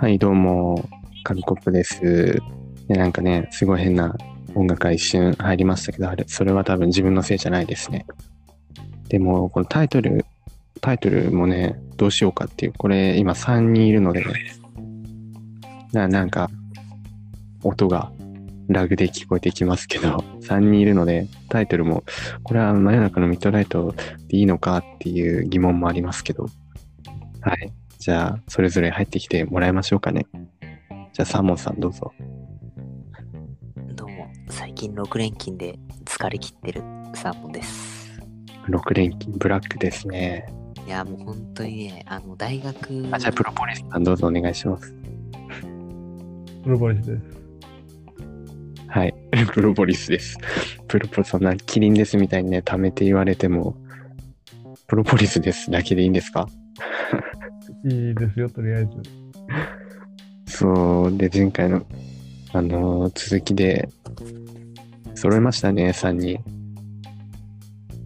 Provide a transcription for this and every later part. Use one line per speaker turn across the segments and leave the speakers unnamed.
はい、どうも、紙コップです。で、なんかね、すごい変な音楽が一瞬入りましたけど、あれ、それは多分自分のせいじゃないですね。でも、このタイトル、タイトルもね、どうしようかっていう、これ、今3人いるので、ななんか、音がラグで聞こえてきますけど、3人いるので、タイトルも、これは真夜中のミッドナイトでいいのかっていう疑問もありますけど、はい。じゃあ、それぞれ入ってきてもらいましょうかね。じゃあ、サーモンさんどうぞ。
どうも、最近6連勤で疲れ切ってるサーモンです。
6連勤、ブラックですね。
いや、もう本当にね、あの、大学、
あ、じゃあ、プロポリスさんどうぞお願いします。
プロポリスです。
はい。 プロポリスです。プロポリス、そんな、キリンですみたいにね、貯めて言われても、プロポリスですだけでいいんですか
いいですよ、とりあえず。
そう、で、前回の、あのー続きで、揃いましたね、3人。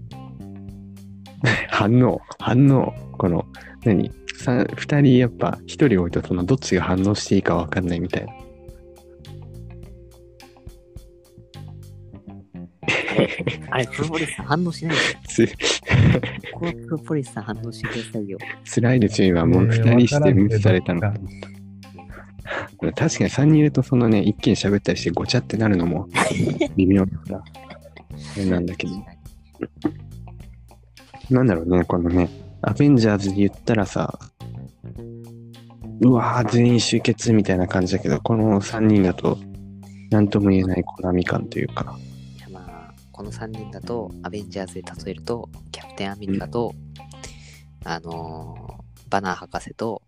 反応、反応、この、何さ2人やっぱ1人置いとそのどっちが反応していいか分かんないみたいな。
あれ、プロポリスさん反応しないですよ。
つ
ここはプロポリスさん反応してくださいよ。
辛いですよ、今。もう
ねえ
2人して無視されたの。
わか
確かに3人いると、そのね、一気に喋ったりしてごちゃってなるのも微妙だから。あれなんだけど。なんだろうね、このね、アベンジャーズで言ったらさ、うわー、全員集結みたいな感じだけど、この3人だと、なんとも言えないコナミ感というか、
いや、まあ、この3人だと、アベンジャーズで例えると、キャプテンアメリカと、あのー、バナー博士と、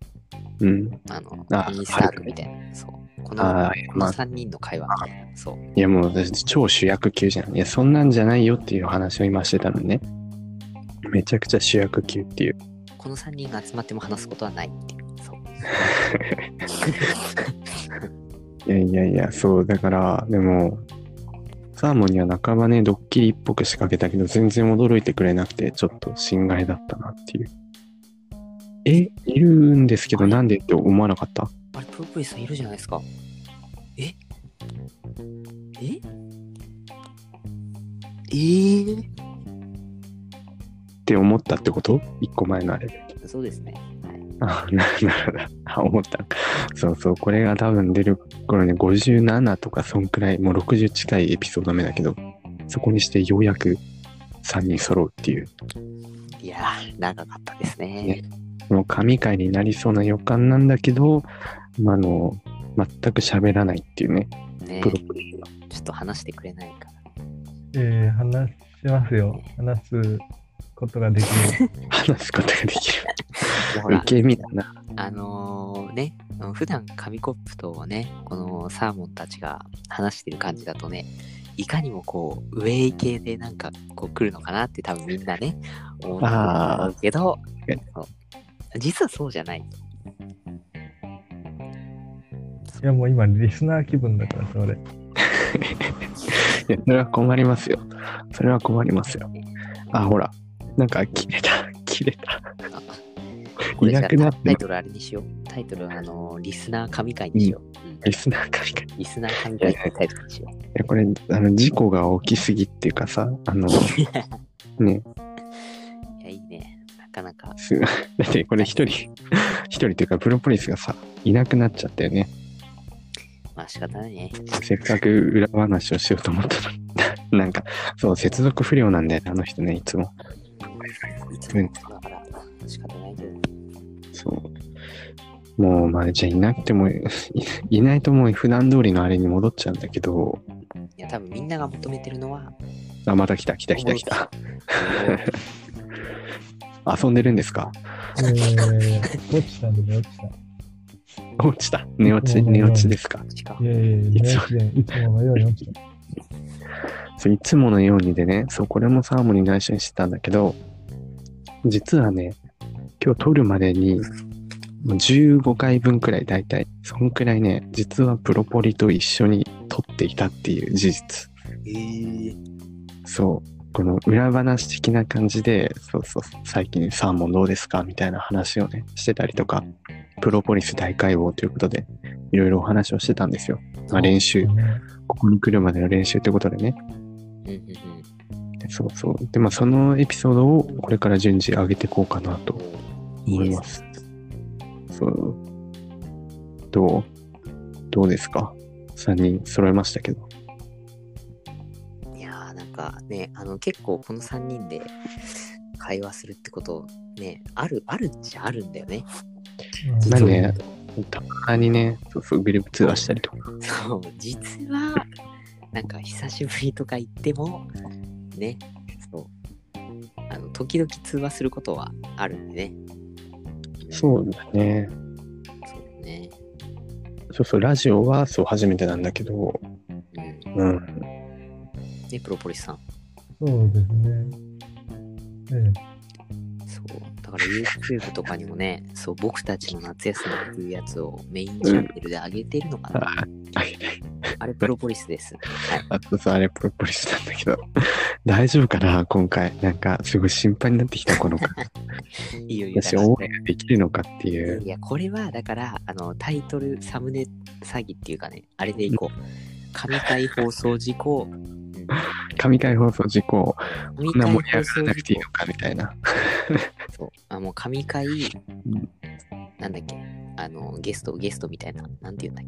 うん。
あの、
あ
トニー・スタークみたいな。そう。この、
あー
この3人の会話。そう。
いや、もう私、超主役級じゃん。いや、そんなんじゃないよっていう話を今してたのね。めちゃくちゃ主役級っていう。
この3人が集まっても話すことはないっていう。そ
い
う。
やいやいや、そう、だから、でも、サーモンには半ばね、ドッキリっぽく仕掛けたけど、全然驚いてくれなくて、ちょっと心外だったなっていう。え、いるんですけど、なんでって思わなかった
あれ、プロポリスさんいるじゃないですか。えええー、
って思ったってこと一個前のあれで。
そうですね。は
あ、
い、
な るほど。あ、思った。そうそう、これが多分出る頃ね、57とか、そんくらい、もう60近いエピソード目だけど、そこにしてようやく3人揃うっていう。
いやー、長かったですね。
もう神回になりそうな予感なんだけど、まあ、あの全く喋らないっていうね、
ね
プロポリスが。
ちょっと話してくれないから。
えー、話しますよ。話すことができる。
話すことができる。
ほら
受け身だな。
あのー、ね、普段紙コップとね、このサーモンたちが話してる感じだとね、いかにもこう、ウェイ系でなんかこう来るのかなって多分みんなね、思ってると思うけど
ー、
そう実はそうじゃない。
いや、もう今、リスナー気分だから、それ。
いやそれは困りますよ。それは困りますよ。あ、ほら、なんか切れた、切れた。
あこれじゃあ
いなくなって
タイトルあれにしよう。タイトルはあのーリスナー神会にしよう。うん
リスナー会が。い
リスナー神会ってタイトルにしよう。
や、これ、あの、事故が起きすぎっていうかさ、あ の、ね、
いや、いいね。なかなか。
す だってこれ一人、一人というか、プロポリスがさ、いなくなっちゃったよね。
まあ仕方ないね。
せっかく裏話をしようと思ったの なんか、そう、接続不良なんだよね、あの人ね、いつも。
いつもそうだから仕方ないけど。
そう。もう、まあ、じゃあいなくても、い いないともう普段通りのあれに戻っちゃうんだけど、
いや、多分みんなが求めてるの は、
あ、また来た、来た、来た、来た。遊んでるんですか
えー、落ちたんで、落ちた。
落ちた。寝落ち、寝落ちですか。
しか
いやいやいや、落ちたいつものように落ちた。
そういつものようにでね、そう、これもサーモンに内緒にしてたんだけど、実はね、今日撮るまでに、もう15回分くらい大体、そんくらいね、実はプロポリと一緒に撮っていたっていう事実。
えー、
そう。この裏話的な感じで、そうそう、最近サーモンどうですかみたいな話をね、してたりとか、プロポリス大解剖ということで、いろいろお話をしてたんですよ。まあ、練習、
ね
ここに来るまでの練習ということでね。
うんうんうん
でそうそう。で、まあ、そのエピソードをこれから順次上げていこうかなと思います。そう。どうどうですか ?3 人揃えましたけど。
いやーなんかねあの結構この3人で会話するってことねあるあるっちゃあるんだよね
うん
まあ
実は
ねたまにね、そうそう、グループ通話したりとか。
そう実はなんか久しぶりとか言ってもねそうあの時々通話することはあるんでね
そうだね。
そうね
そうそう、ラジオはそう初めてなんだけど、
うん
うん。
ねプロポリスさん
そうですね。ね
そうだから YouTube とかにもね そう僕たちの夏休みっていうやつをメインチャンネルで上げてるのかな、
あ、
あれプロポリスですはい
あとさ、あれ、プロポリスなんだけど、 大丈夫かな今回。なんか、すごい心配になってきた、この 回。
いいよいいよ
私、応援できるのかっていう。
いや、これはだから、あの、タイトル、サムネ詐欺っていうかね、あれでいこう。神回放送事故。うん
神回放送事故、
神
こんな
回
盛り上
放
がら
送
なくて
事
いいのかみたいな。
故。そう。あ、もう神回、なんだっけ、あの、ゲスト、ゲストみたいな、なんて言うんだっ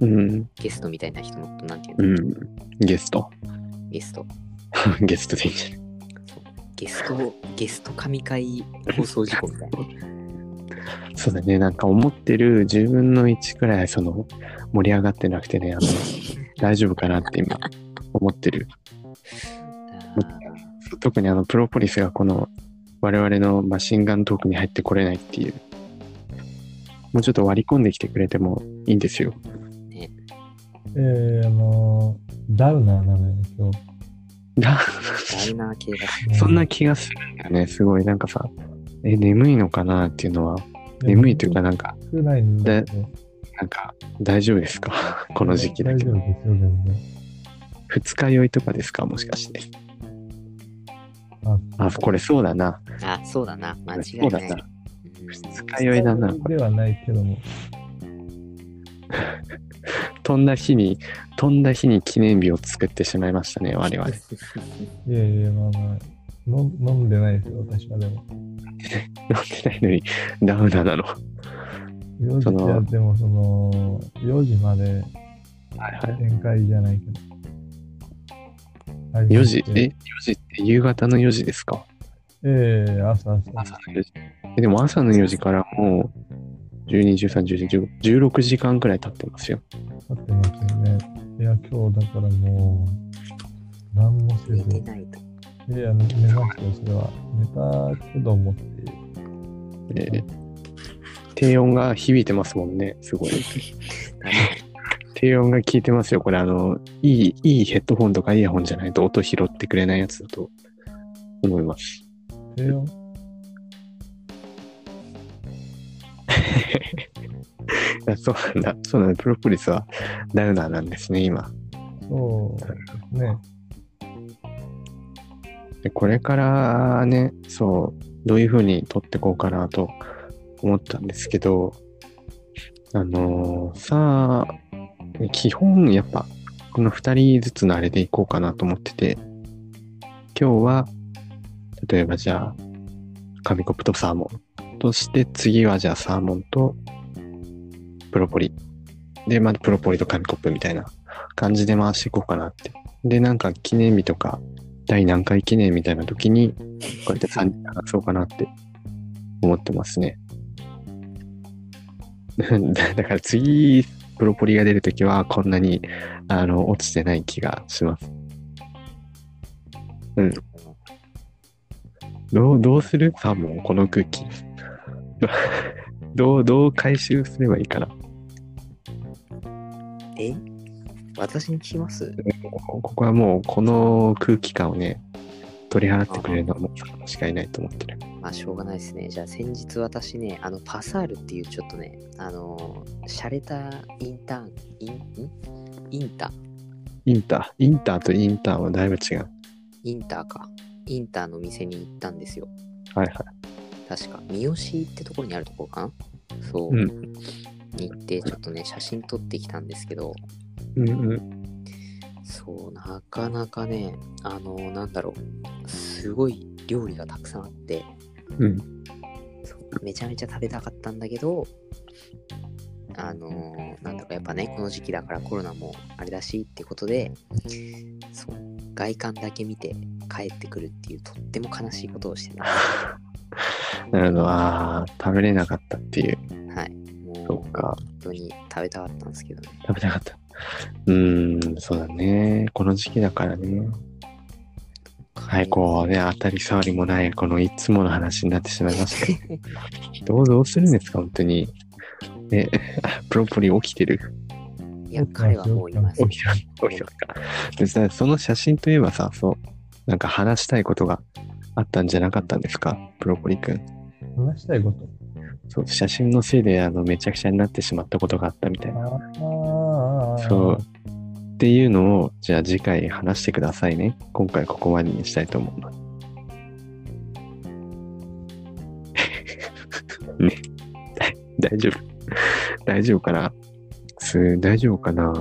け、
うん。
ゲストみたいな人のこと、なんて言う
う
の、
ん。ゲスト。
ゲスト。
ゲストでいいんじゃない
ゲスト、ゲスト神回放送事故み たいなね。
そうだね。なんか、思ってる10分の1くらい、その、盛り上がってなくてね、あの、大丈夫かなって今、思ってる。特にあのプロポリスがこの我々のマシンガントークに入ってこれないっていうもうちょっと割り込んできてくれてもいいんですよ
えー、あのー、ダウナーなのよ、今日。
な
ダイナー系だし。
う
そんな気がするんだよねすごいなんかさえ眠いのかなっていうのは眠いというかなんか
少ないんだけど。
なんか大丈夫ですか この時期だけど
大丈夫ですよ、全然。
二日酔いとかですかもしかしてあこれそうだな
あ、そうだな。間違
そ
いう
だ
ない。
な
うん
二日酔いだな
ではないけども。
飛んだ日に飛んだ日に記念日を作ってしまいましたね我 々
いやいや、まあまあ、飲ん飲んでないですよ、私はでも。
飲んでないのにダウナーなのは
4
そ
時
の
いやでもその、4時まで
いはい
宴会じゃないけど。
4時え ?4 時って夕方の4時ですか
ええ朝朝。
朝の4時。えでも朝の4時からもう12、13、14、15、16時間くらい経ってますよ。
経ってますよね。いや、今日だからもう、何もせず。
寝て
い
ないと。
や、寝寝ましたよ、それは。寝たけどもっていう。
えー低音が響いてますもんね、すごい。低音が効いてますよ、これ。あの、いい、いいヘッドホンとかイヤホンじゃないと音拾ってくれないやつだと思います。
低温
いやそうなんだ。そうなんだ。プロポリスはダウナーなんですね、今。
そうですね。
でこれからねそうどういうふうに撮ってこうかなと思ったんですけどあのーさあ基本やっぱこの2人ずつのあれでいこうかなと思ってて今日は例えばじゃあ紙コップとサーモンとして次はじゃあサーモンとプロポリでまたプロポリと紙コップみたいな感じで回していこうかなってでなんか記念日とか第何回記念みたいな時に、こうやって3人話そうかなって思ってますね。 だだから次、プロポリが出るときは、こんなにあの落ちてない気がします。どうどうするサーモン、この空気。 どう、どう回収すればいいかな。
え私に聞きます
ここはもう、この空気感をね、取り払ってくれるのはもうサーモンしかいないと思ってる。
まあしょうがないですね。じゃあ先日私ね、あのパサールっていうちょっとね、あのー、洒落たインターン、イン、んインタ、
インター、インターとインターはだいぶ違う。
インターか。インターの店に行ったんですよ。
はいはい。
確か、三好ってところにあるところかなそう、
う
に行って、ちょっとね、写真撮ってきたんですけど、
うんうん。
そう、なかなかね、あの、なんだろう、すごい料理がたくさんあって、
うん。
そうめちゃめちゃ食べたかったんだけど、あのーなんだかやっぱね、この時期だからコロナもあれだしってことで、そう、外観だけ見て帰ってくるっていうとっても悲しいことをしてた。
なるほど。ああ、食べれなかったっていう。
はい。もう、
そっか
本当に食べたかったんですけどね。
食べたかった。うーん、そうだね。この時期だからね。はい、こうね、当たり障りもない、このいつもの話になってしまいました けど。どう、どうするんですか、本当に。え、あ プロポリ起きてる。
いや、彼はもういます
起。きてます。起きてますか。でさその写真といえばさ、そう、なんか話したいことがあったんじゃなかったんですか、プロポリ君。
話したいこと。
そう、写真のせいで、あの、めちゃくちゃになってしまったことがあったみたいな。
ああ。
そう。っていうのを、じゃあ次回話してくださいね。今回ここまでにしたいと思 うの。ね。大丈夫。大丈夫かなす大丈夫かな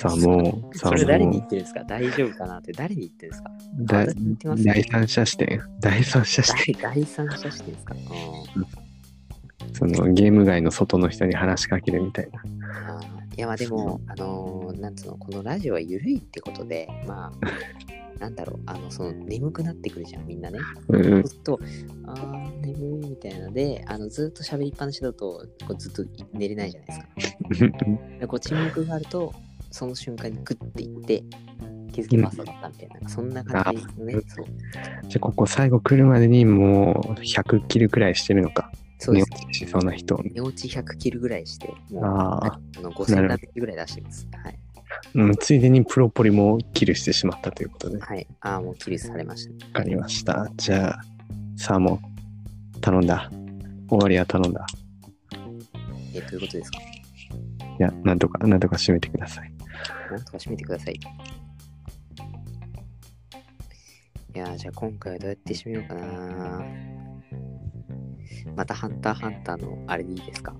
さあも う、さ
そ
あ
れ誰に言
も
ってるんですか大丈夫かなって誰に言ってるんですか
う、だ
私に言ってます
第三者視点、第三者 視点、
第第三者視点ですかう
そのゲーム外の外の人に話しかけるみたいな。
んあーいや、まあでも、あのーなんつうの、このラジオは緩いってことで、まあ、なんだろう、あの、その、眠くなってくるじゃん、みんなね。
うん うん、
ずっと、あー眠いみたいなので、あの、ずっと喋りっぱなしだと、こうずっと寝れないじゃないですか。でこう沈黙があると、その瞬間にグッていって、気づきますだったみたいな、なんかそんな感じのね
あ、
そう。
じゃあここ最後来るまでにもう100切るくらいしてるのか。
そうです
寝落ちしそうな人。
寝落ち100キルぐらいして、もう、
あー
あの5000ダメージぐらい出してます。はい。
うん、ついでにプロポリもキルしてしまったということで、わ
はい。ああ、もうキルされましたね。
かりました。じゃあ、サーモン、頼んだ。終わりは頼んだ。
え、ということですか
いや、なんとか、なんとか締めてください。
なんとか締めてください。いやー、じゃあ今回はどうやって締めようかな。またハンターハンターのあれでいいですか